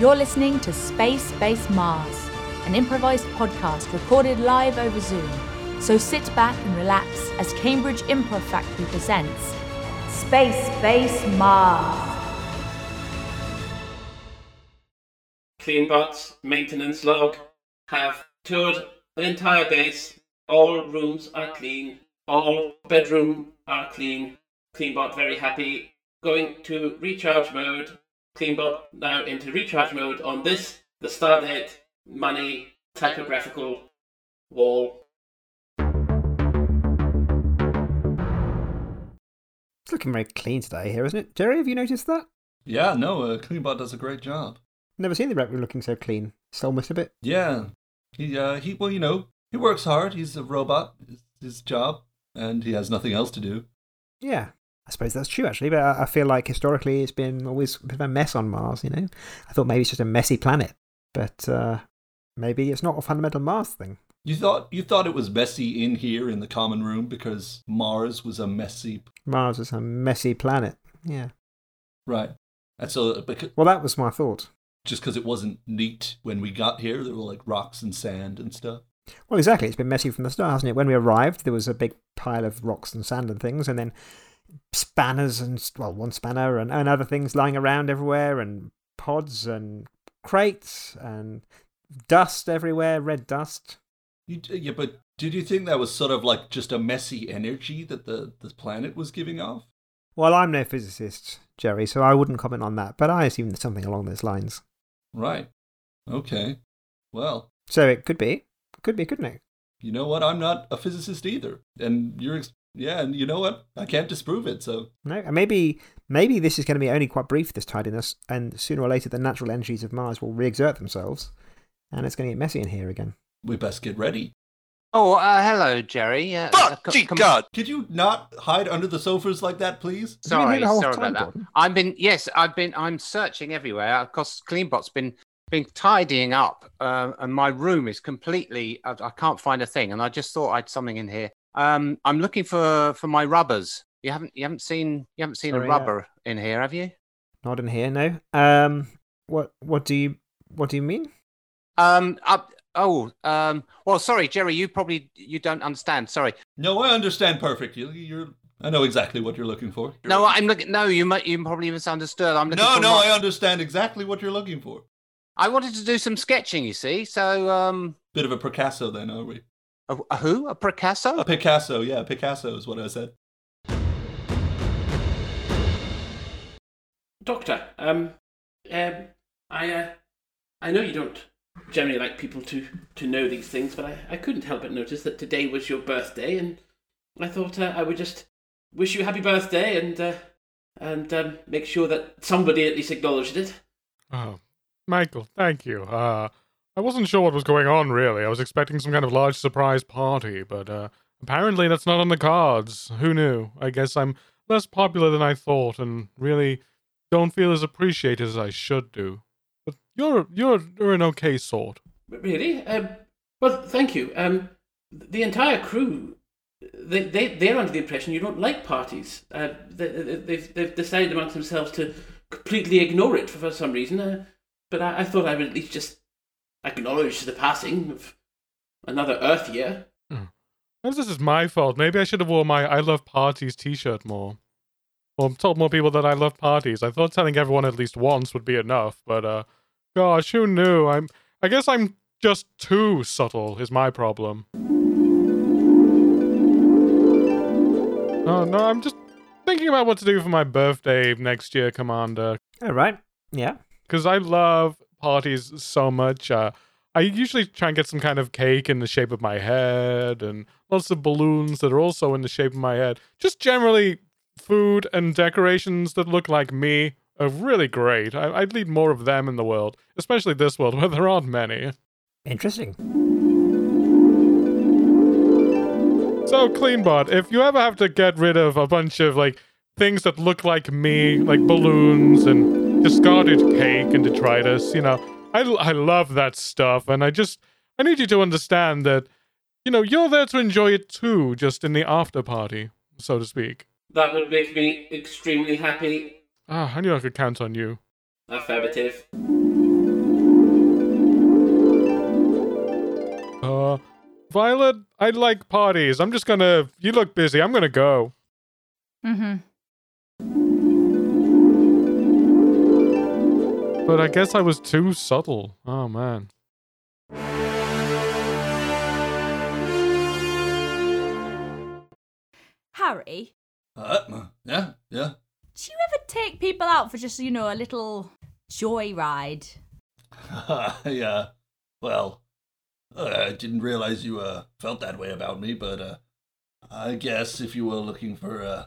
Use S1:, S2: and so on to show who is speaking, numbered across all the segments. S1: You're listening to Space Base Mars, an improvised podcast recorded live over Zoom. So sit back and relax as Cambridge Improv Factory presents Space Base Mars.
S2: Clean Bots maintenance log have toured the entire base. All rooms are clean. All bedroom are clean. Cleanbot very happy. Going to recharge mode. Cleanbot now into recharge mode on this, the Stardate money typographical wall.
S3: It's looking very clean today here, isn't it? Jerry, have you noticed that?
S4: Yeah, no, uh, Cleanbot does a great job.
S3: Never seen the rep room looking so clean. It's almost a bit.
S4: Yeah, he uh, he well, you know, he works hard. He's a robot. It's his job, and he has nothing else to do.
S3: Yeah, I suppose that's true actually. But I I feel like historically it's been always a bit of a mess on Mars. You know, I thought maybe it's just a messy planet, but uh, maybe it's not a fundamental Mars thing.
S4: You thought you thought it was messy in here in the common room because Mars was a messy
S3: Mars is a messy planet. Yeah.
S4: right, and so because,
S3: Well, that was my thought.
S4: just because it wasn't neat when we got here, there were like rocks and sand and stuff.
S3: Well, exactly. It's been messy from the start, hasn't it? When we arrived, there was a big pile of rocks and sand and things, and then spanners and, well, one spanner and, and other things lying around everywhere, and pods and crates and dust everywhere, red dust.
S4: You, uh, yeah, but did you think that was sort of like just a messy energy that the the planet was giving off?
S3: Well, I'm no physicist, Jerry, so I wouldn't comment on that, but I assume there's something along those lines.
S4: Right. Okay. Well,
S3: So it could be. Could be, couldn't it?
S4: you know what? I'm not a physicist either, and you're ex- yeah, and you know what? I can't disprove it. So
S3: No, and maybe maybe this is going to be only quite brief this tidiness, and sooner or later the natural energies of Mars will re-exert themselves, and it's going to get messy in here again.
S4: we best get ready.
S5: Oh, uh, hello, Jerry. Uh, uh,
S6: But,
S5: co-
S6: gee,
S5: come-
S6: God,
S4: Could you not hide under the sofas like that, please?
S3: Have you been
S5: Sorry,
S3: here the whole
S5: sorry
S3: time,
S5: about that.
S3: Gordon?
S5: I've been yes, I've been I'm searching everywhere. Of course, Cleanbot's been been tidying up, um, and my room is completely. I, I can't find a thing, and I just thought I'd something in here. Um, I'm looking for for my rubbers. You haven't you haven't seen you haven't seen
S3: Sorry,
S5: a
S3: yeah.
S5: rubber in here, have you?
S3: Not in here, no. Um, what what do you what do you mean?
S5: Um, up. Oh, um, well, sorry, Jerry. You probably you don't understand. Sorry.
S4: No, I understand perfectly. You're, I know exactly what you're looking for.
S5: No, I'm looking. No, you might. You probably misunderstood. I'm looking.
S4: no,
S5: for
S4: no,
S5: my-
S4: I understand exactly what you're looking for.
S5: I wanted to do some sketching. You see, so um,
S4: Bit of a Picasso, then, are we?
S5: A, a who? A Picasso?
S4: A Picasso, yeah, Picasso is what I said.
S2: Doctor, um, um, I, uh, I know you don't generally like people to, to know these things, but I, I couldn't help but notice that today was your birthday, and I thought uh, I would just wish you happy birthday and uh, and um, make sure that somebody at least acknowledged it.
S7: Oh, Michael, thank you. Uh, I wasn't sure what was going on, really. I was expecting some kind of large surprise party, but uh, apparently that's not on the cards. Who knew? I guess I'm less popular than I thought, and really don't feel as appreciated as I should do. But you're you're you're an okay sort.
S2: Really? Um, well, thank you. Um, the entire crew, they, they, they're under the impression you don't like parties. Uh, they, they- they've, they've decided amongst themselves to completely ignore it for, for some reason. Uh, but I, I thought I would at least just acknowledge the passing of another Earth year.
S7: Perhaps this is my fault. Maybe I should have worn my I love parties T-shirt more, or told more people that I love parties. I thought telling everyone at least once would be enough, but uh, gosh, who knew? I'm. I guess I'm just too subtle. Is my problem. Oh no, I'm just thinking about what to do for my birthday next year, Commander
S3: All Oh, right, yeah.
S7: because I love parties so much. Uh, I usually try and get some kind of cake in the shape of my head and lots of balloons that are also in the shape of my head. Just generally, food and decorations that look like me are really great. I- I'd need more of them in the world, especially this world where there aren't many.
S3: Interesting.
S7: So, Cleanbot, if you ever have to get rid of a bunch of like things that look like me, like balloons and discarded cake and detritus, you know, I, I love that stuff. And I just, I need you to understand that, you know, you're there to enjoy it too, just in the after party, so to speak.
S2: That would make me extremely happy.
S7: Ah, I knew I could count on you.
S2: Affirmative.
S7: Uh, Violet, I like parties. I'm just gonna. You look busy. I'm gonna go.
S6: Mm-hmm.
S7: But I guess I was too subtle. Oh man.
S6: Harry,
S4: Uh, yeah, yeah.
S6: do you ever take people out for just, you know, a little joyride?
S4: yeah. Well, uh, I didn't realize you uh, felt that way about me, but uh, I guess if you were looking for uh,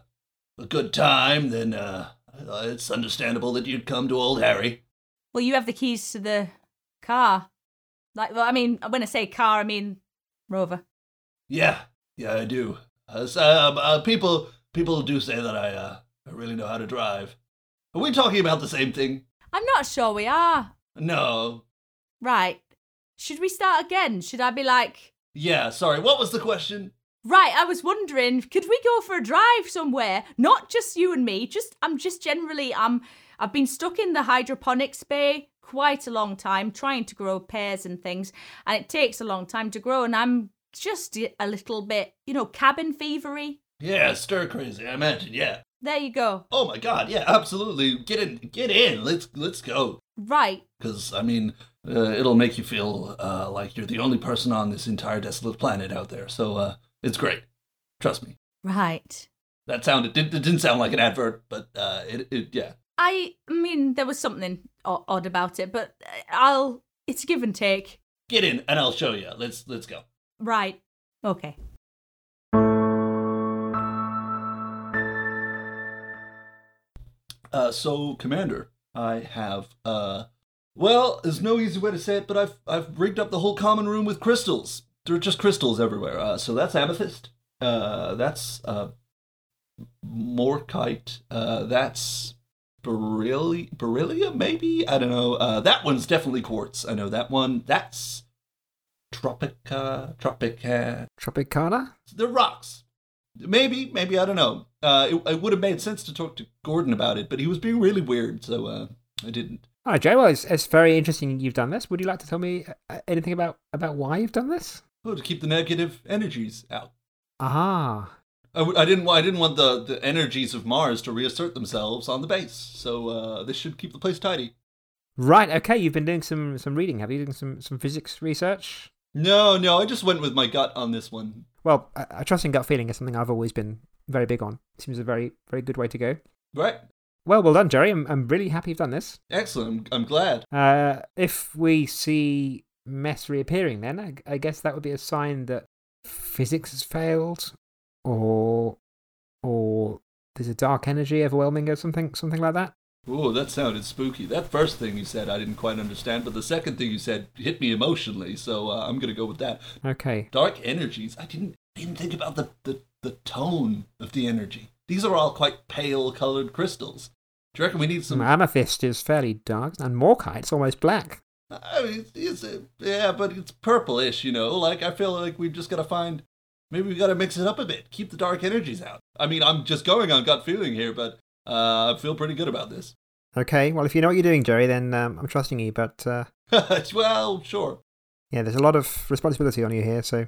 S4: a good time, then uh, uh, it's understandable that you'd come to old Harry.
S6: Well, you have the keys to the car. Like, well, I mean, when I say car, I mean Rover.
S4: Yeah, yeah, I do. Uh, so, um, uh, people, people do say that I, uh, I really know how to drive. Are we talking about the same thing?
S6: I'm not sure we are.
S4: No.
S6: Right. Should we start again? Should I be like,
S4: Yeah, sorry. What was the question?
S6: right, I was wondering, could we go for a drive somewhere? Not just you and me, just, I'm just generally, um, I've been stuck in the hydroponics bay quite a long time trying to grow pears and things, and it takes a long time to grow, and I'm just a little bit, you know, cabin fevery.
S4: Yeah, stir crazy. I imagine. Yeah.
S6: There you go.
S4: Oh my god, yeah, absolutely. Get in, get in. Let's let's go.
S6: Right.
S4: Because I mean, uh, it'll make you feel uh, like you're the only person on this entire desolate planet out there. So uh, it's great. Trust me.
S6: Right.
S4: That sounded it, it didn't sound like an advert, but uh, it, it yeah.
S6: I mean, there was something o- odd about it, but uh, I'll. It's give and take.
S4: Get in, and I'll show you. Let's let's go.
S6: Right. Okay.
S4: Uh, so, Commander, I have uh, well, there's no easy way to say it, but I've I've rigged up the whole common room with crystals. There are just crystals everywhere. Uh, so that's amethyst. Uh, that's uh, morkite. Uh, that's beryllium, beryllium maybe. I don't know. Uh, that one's definitely quartz. I know that one. That's tropica, tropica.
S3: Tropicana?
S4: They're rocks. Maybe, maybe I don't know. Uh, it, it would have made sense to talk to Gordon about it, but he was being really weird, so uh, I didn't.
S3: All right, Joe. Well, it's, it's very interesting you've done this. Would you like to tell me uh, anything about, about why you've done this?
S4: Oh, to keep the negative energies out.
S3: Aha.
S4: I, w- I didn't. wa- I didn't want the, the energies of Mars to reassert themselves on the base. So uh, this should keep the place tidy.
S3: Right, okay. You've been doing some, some reading. Have you doing some, some physics research?
S4: No, no. I just went with my gut on this one.
S3: Well, a, a trusting gut feeling is something I've always been very big on. Seems a very, very good way to go.
S4: Right.
S3: Well, well done, Jerry. I'm, I'm really happy you've done this.
S4: Excellent. I'm, I'm glad.
S3: Uh, if we see mess reappearing, then I, I guess that would be a sign that physics has failed, or or there's a dark energy overwhelming or something, something like that.
S4: Oh, that sounded spooky. That first thing you said, I didn't quite understand, but the second thing you said hit me emotionally. So uh, I'm gonna go with that.
S3: Okay.
S4: Dark energies. I didn't didn't think about the, the the tone of the energy. These are all quite pale colored crystals. Do you reckon we need some?
S3: Mm, Amethyst is fairly dark, and Morkite's almost black.
S4: I mean, it's, it's, yeah, but it's purplish, you know. Like I feel like we've just got to find. Maybe we got to mix it up a bit. Keep the dark energies out. I mean, I'm just going on gut feeling here, but uh, I feel pretty good about this.
S3: Okay. Well, if you know what you're doing, Jerry, then um, I'm trusting you. But uh,
S4: well, sure.
S3: yeah, there's a lot of responsibility on you here. So,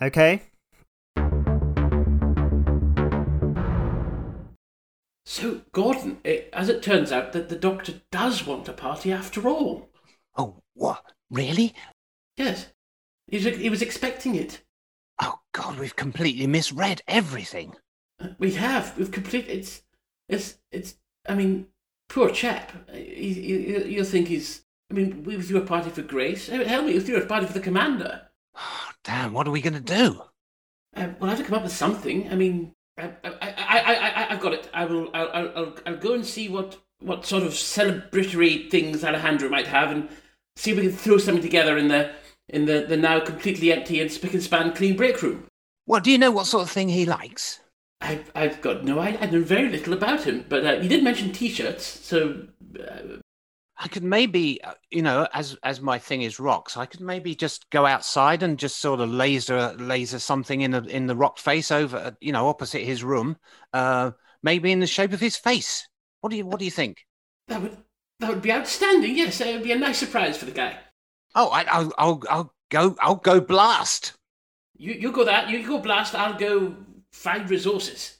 S3: okay.
S2: So, Gordon, it, as it turns out, that the Doctor does want a party after all.
S5: Oh, what? Really?
S2: Yes, he was, he was expecting it.
S5: Oh, God, we've completely misread everything.
S2: We have. We've completed. It's. It's. It's. I mean, poor chap. He, he, you'll think he's. I mean, we threw a party for Grace. Hell, hell, we threw a party for the Commander.
S5: Oh, damn, what are we going to do?
S2: Um, we'll have to come up with something. I mean, I, I, I, I, I, I've got it. I will. I'll, I'll, I'll, I'll go and see what what sort of celebratory things Alejandro might have, and see if we can throw something together in the in the, the now completely empty and spick and span clean break room.
S5: Well, do you know what sort of thing he likes?
S2: I, I've got no idea. I know very little about him, but uh, you did mention T-shirts, so uh,
S5: I could maybe, uh, you know, as as my thing is rocks, I could maybe just go outside and just sort of laser laser something in the in the rock face over, uh, you know, opposite his room, uh, maybe in the shape of his face. What do you What do you think?
S2: that would that would be outstanding. Yes, it would be a nice surprise for the guy.
S5: Oh, I, I'll I'll I'll go I'll go blast.
S2: You you go that. You go blast. I'll go find resources.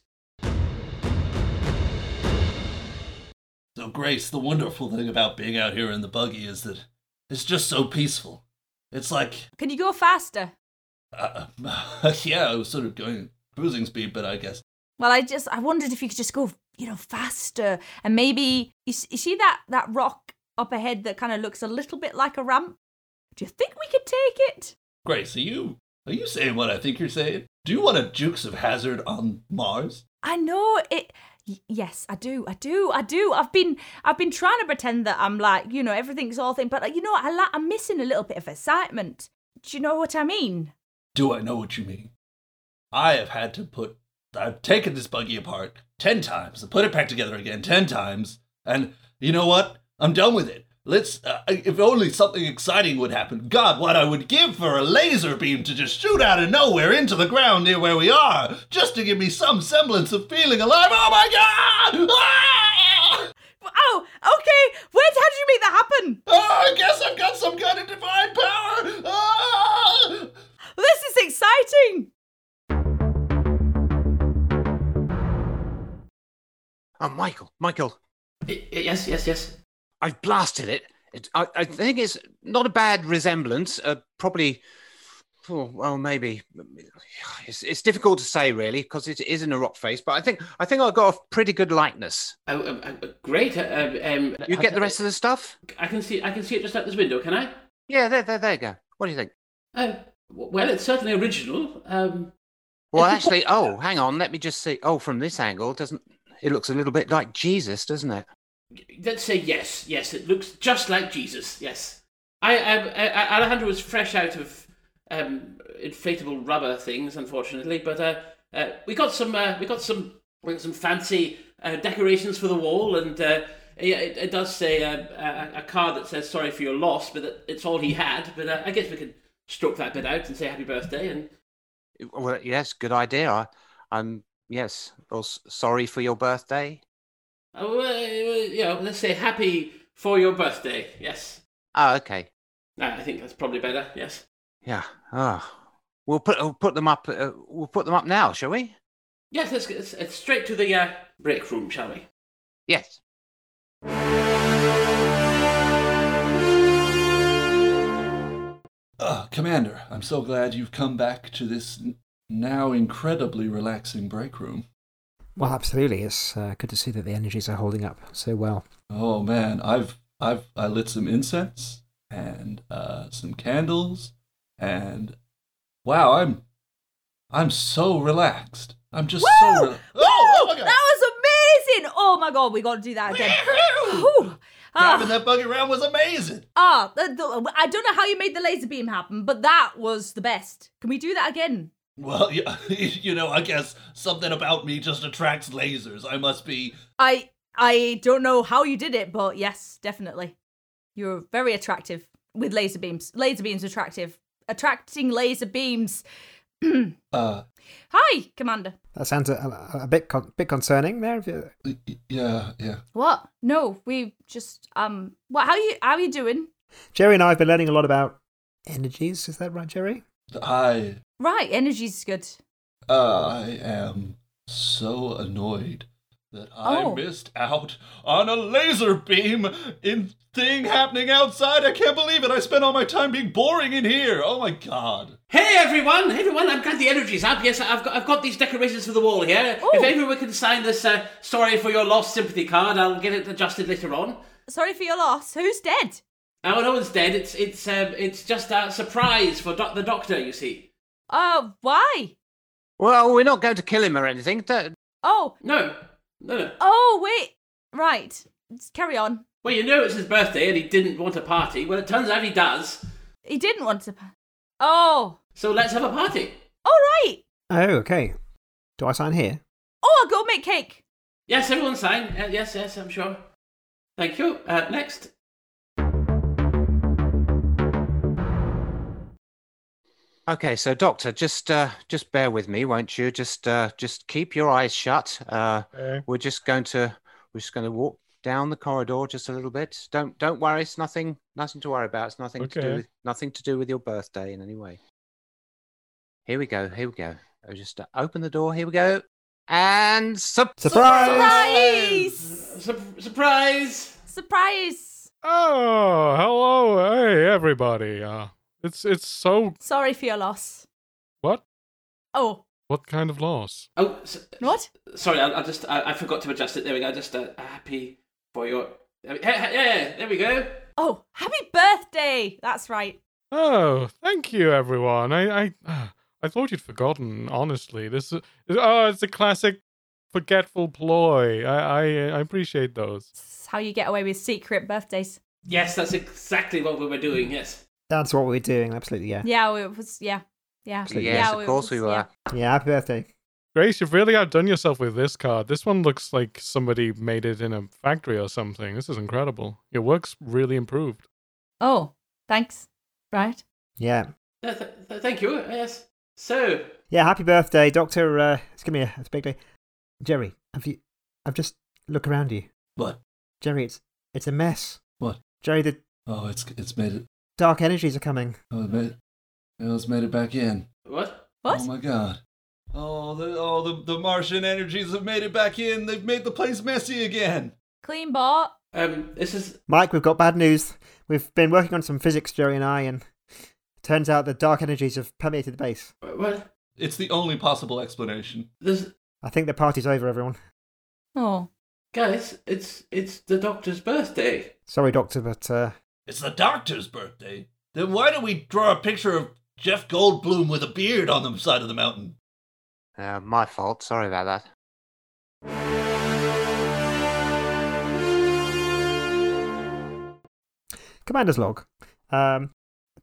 S4: So, Grace, the wonderful thing about being out here in the buggy is that it's just so peaceful. It's like,
S6: Can you go faster?
S4: uh, yeah, I was sort of going cruising speed, but I guess
S6: Well, I just I wondered if you could just go, you know, faster and maybe you, s- you see that that rock up ahead that kind of looks a little bit like a ramp. Do you think we could take it?
S4: Grace, are you are you saying what I think you're saying? Do you want a Jukes of Hazard on Mars?
S6: I know it. y- Yes, I do. I do. I do. I've been I've been trying to pretend that I'm like you know everything's all thing, but like, you know I like I'm missing a little bit of excitement. Do you know what I mean?
S4: Do I know what you mean? I have had to put I've taken this buggy apart ten times and put it back together again ten times, and you know what? I'm done with it. Let's. Uh, if only something exciting would happen. God, what I would give for a laser beam to just shoot out of nowhere into the ground near where we are, just to give me some semblance of feeling alive. Oh my God! Ah!
S6: Oh, okay. Where how did you make that happen?
S4: Oh, I guess I've got some kind of divine power! Ah!
S6: This is exciting.
S5: Oh, Michael, Michael,
S2: Y- y- yes, yes, yes.
S5: I've blasted it. it I, I think it's not a bad resemblance. Uh, probably, oh, well, maybe it's, it's difficult to say really because it is in a rock face. But I think I think I got a pretty good likeness.
S2: Oh, um, um, great. uh, Um, um,
S5: You get the rest of the stuff?
S2: I can see. I can see it just out this window. Can I?
S5: Yeah, there, there, there you go. What do you think?
S2: Oh, w- well, it's certainly original. Um,
S5: Well, actually, oh, hang on, let me just see. Oh, from this angle, doesn't it looks a little bit like Jesus, doesn't it?
S2: let's say yes. Yes, it looks just like Jesus. Yes. I, um, I, I Alejandro was fresh out of um, inflatable rubber things, unfortunately, but uh, uh, we got some. Uh, we got some. We got some fancy uh, decorations for the wall, and uh, yeah, it, it does say uh, a, a card that says "Sorry for your loss," but that it's all he had. But uh, I guess we can stroke that bit out and say "Happy birthday" and.
S5: Well, yes, good idea. I, I'm yes. Or s- sorry for your birthday.
S2: Uh, well, uh, you know, let's say happy for your birthday. Yes.
S5: Oh, okay.
S2: No, I think that's probably better. Yes.
S5: Yeah. Ah, we'll put we'll put them up. Uh, we'll put them up now, shall we?
S2: Yes, let's, let's, let's straight to the uh, break room, shall we?
S5: Yes.
S4: Uh, Commander, I'm so glad you've come back to this n- now incredibly relaxing break room.
S3: Well, absolutely. It's uh, good to see that the energies are holding up so well.
S4: Oh man, I've I've I lit some incense and uh, some candles, and wow, I'm I'm so relaxed. I'm just so.
S6: Woo!
S4: Rela- oh,
S6: Woo! that was amazing. Oh my god, we got to do that again.
S4: Woohoo!
S6: Whew. Ah.
S4: Driving that buggy around was amazing.
S6: Ah, the, the, I don't know how you made the laser beam happen, but that was the best. Can we do that again?
S4: Well, yeah, you know, I guess something about me just attracts lasers. I must be.
S6: I I don't know how you did it, but yes, definitely. You're very attractive with laser beams. Laser beams attractive. Attracting laser beams.
S4: Uh,
S6: Hi, Commander.
S3: That sounds a, a, a bit con- bit concerning there. Have you-
S4: y- y- yeah, yeah.
S6: What? No, we just um. What? How you? How you doing?
S3: Jerry and I have been learning a lot about energies. Is that right, Jerry?
S4: I
S6: Right, energy's good.
S4: Uh, I am so annoyed that I
S6: Oh.
S4: missed out on a laser beam in thing happening outside. I can't believe it. I spent all my time being boring in here. Oh my god.
S2: Hey everyone, everyone! I'm glad the energy's up. Yes, I've got I've got these decorations for the wall here.
S6: Oh.
S2: If everyone can sign this uh, "Sorry for your loss" sympathy card, I'll get it adjusted later on.
S6: Sorry for your loss. Who's dead?
S2: Oh, no one's dead. It's it's um, it's just a surprise for doc- the doctor. You see?
S6: Oh, why?
S5: Well, we're not going to kill him or anything. Don't-
S6: Oh,
S2: No, no, no.
S6: oh, wait. Right. Just carry on.
S2: Well, you know it's his birthday, and he didn't want a party. Well, it turns out he does.
S6: He didn't want to. Oh,
S2: So let's have a party.
S6: all right.
S3: Oh, okay. Do I sign here?
S6: Oh, I'll go make cake.
S2: Yes, everyone sign. Uh, yes, yes, I'm sure. Thank you. Uh, next.
S5: Okay, so doctor, just uh, just bear with me, won't you? Just uh, just keep your eyes shut. Uh,
S7: Okay.
S5: we're just going to we're just going to walk down the corridor just a little bit. Don't don't worry. It's nothing nothing to worry about. It's nothing to do
S7: Okay.
S5: with nothing to do with your birthday in any way. Here we go. Here we go. I'll just uh, open the door. Here we go. And sup.
S3: Surprise!
S6: Surprise!
S2: Sur- surprise!
S6: Surprise!
S7: Oh, hello, hey everybody. Uh, it's it's so
S6: Sorry for your loss.
S7: what?
S6: Oh,
S7: What kind of loss?
S2: Oh, s-
S6: what?
S2: sorry, I, I just I, I forgot to adjust it. There we go. Just uh, happy for your. Yeah, yeah, there we go.
S6: Oh, happy birthday! That's right.
S7: Oh, thank you, everyone. I I ah, I thought you'd forgotten. Honestly, this is oh, it's a classic forgetful ploy. I I, I appreciate those.
S6: It's how you get away with secret birthdays.
S2: Yes, that's exactly what we were doing. Yes.
S3: That's what we're doing. Absolutely, yeah.
S6: Yeah, it was. Yeah, yeah.
S5: Yes,
S6: yeah,
S5: of
S6: it
S5: course we
S6: was,
S5: were.
S6: yeah.
S3: Yeah, happy birthday.
S7: Grace, you've really outdone yourself with this card. This one looks like somebody made it in a factory or something. This is incredible. Your work's really improved.
S6: Oh, thanks. Right.
S3: Yeah.
S2: Uh, th- th- thank you. Yes. So,
S3: Yeah, happy birthday, Doctor. Uh, it's gonna be a, it's a big day. Jerry, have you? I've just look around you.
S4: What?
S3: Jerry, it's it's a mess.
S4: What?
S3: Jerry, the
S4: Oh, it's it's made it.
S3: dark energies are coming.
S4: Oh, it made, oh, it's made it back in.
S2: what?
S6: What?
S4: Oh my god. Oh, the, oh, the, the Martian energies have made it back in. They've made the place messy again.
S6: Clean bot.
S2: Um, this is
S3: Mike, we've got bad news. We've been working on some physics, Jerry and I, and turns out the dark energies have permeated the base.
S2: what?
S4: It's the only possible explanation.
S2: This
S3: I think the party's over, everyone.
S6: Oh,
S2: guys, it's it's the doctor's birthday.
S3: Sorry, Doctor, but uh,
S4: It's the doctor's birthday. Then why don't we draw a picture of Jeff Goldblum with a beard on the side of the mountain?
S5: Uh, my fault. Sorry about that.
S3: Commander's log. Um,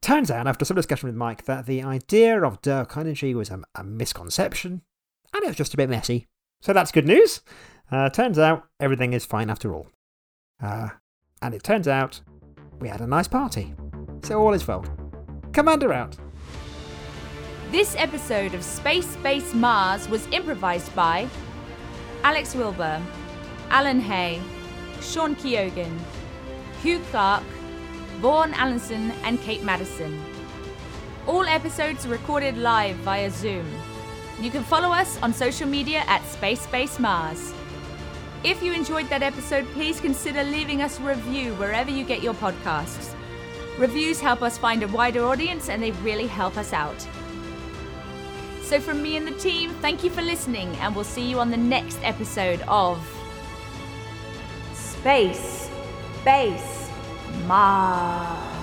S3: turns out, after some discussion with Mike, that the idea of dark energy was a, a misconception, and it was just a bit messy. So that's good news. Uh, turns out everything is fine after all. Uh, and it turns out we had a nice party. So all is well. Commander out.
S1: This episode of Space Base Mars was improvised by Alex Wilbur, Alan Hay, Sean Keogan, Hugh Clark, Vaughan Allenson, and Kate Madison. All episodes are recorded live via Zoom. You can follow us on social media at Space Base Mars. If you enjoyed that episode, please consider leaving us a review wherever you get your podcasts. Reviews help us find a wider audience and they really help us out. So, from me and the team, thank you for listening, and we'll see you on the next episode of Space Base Mars.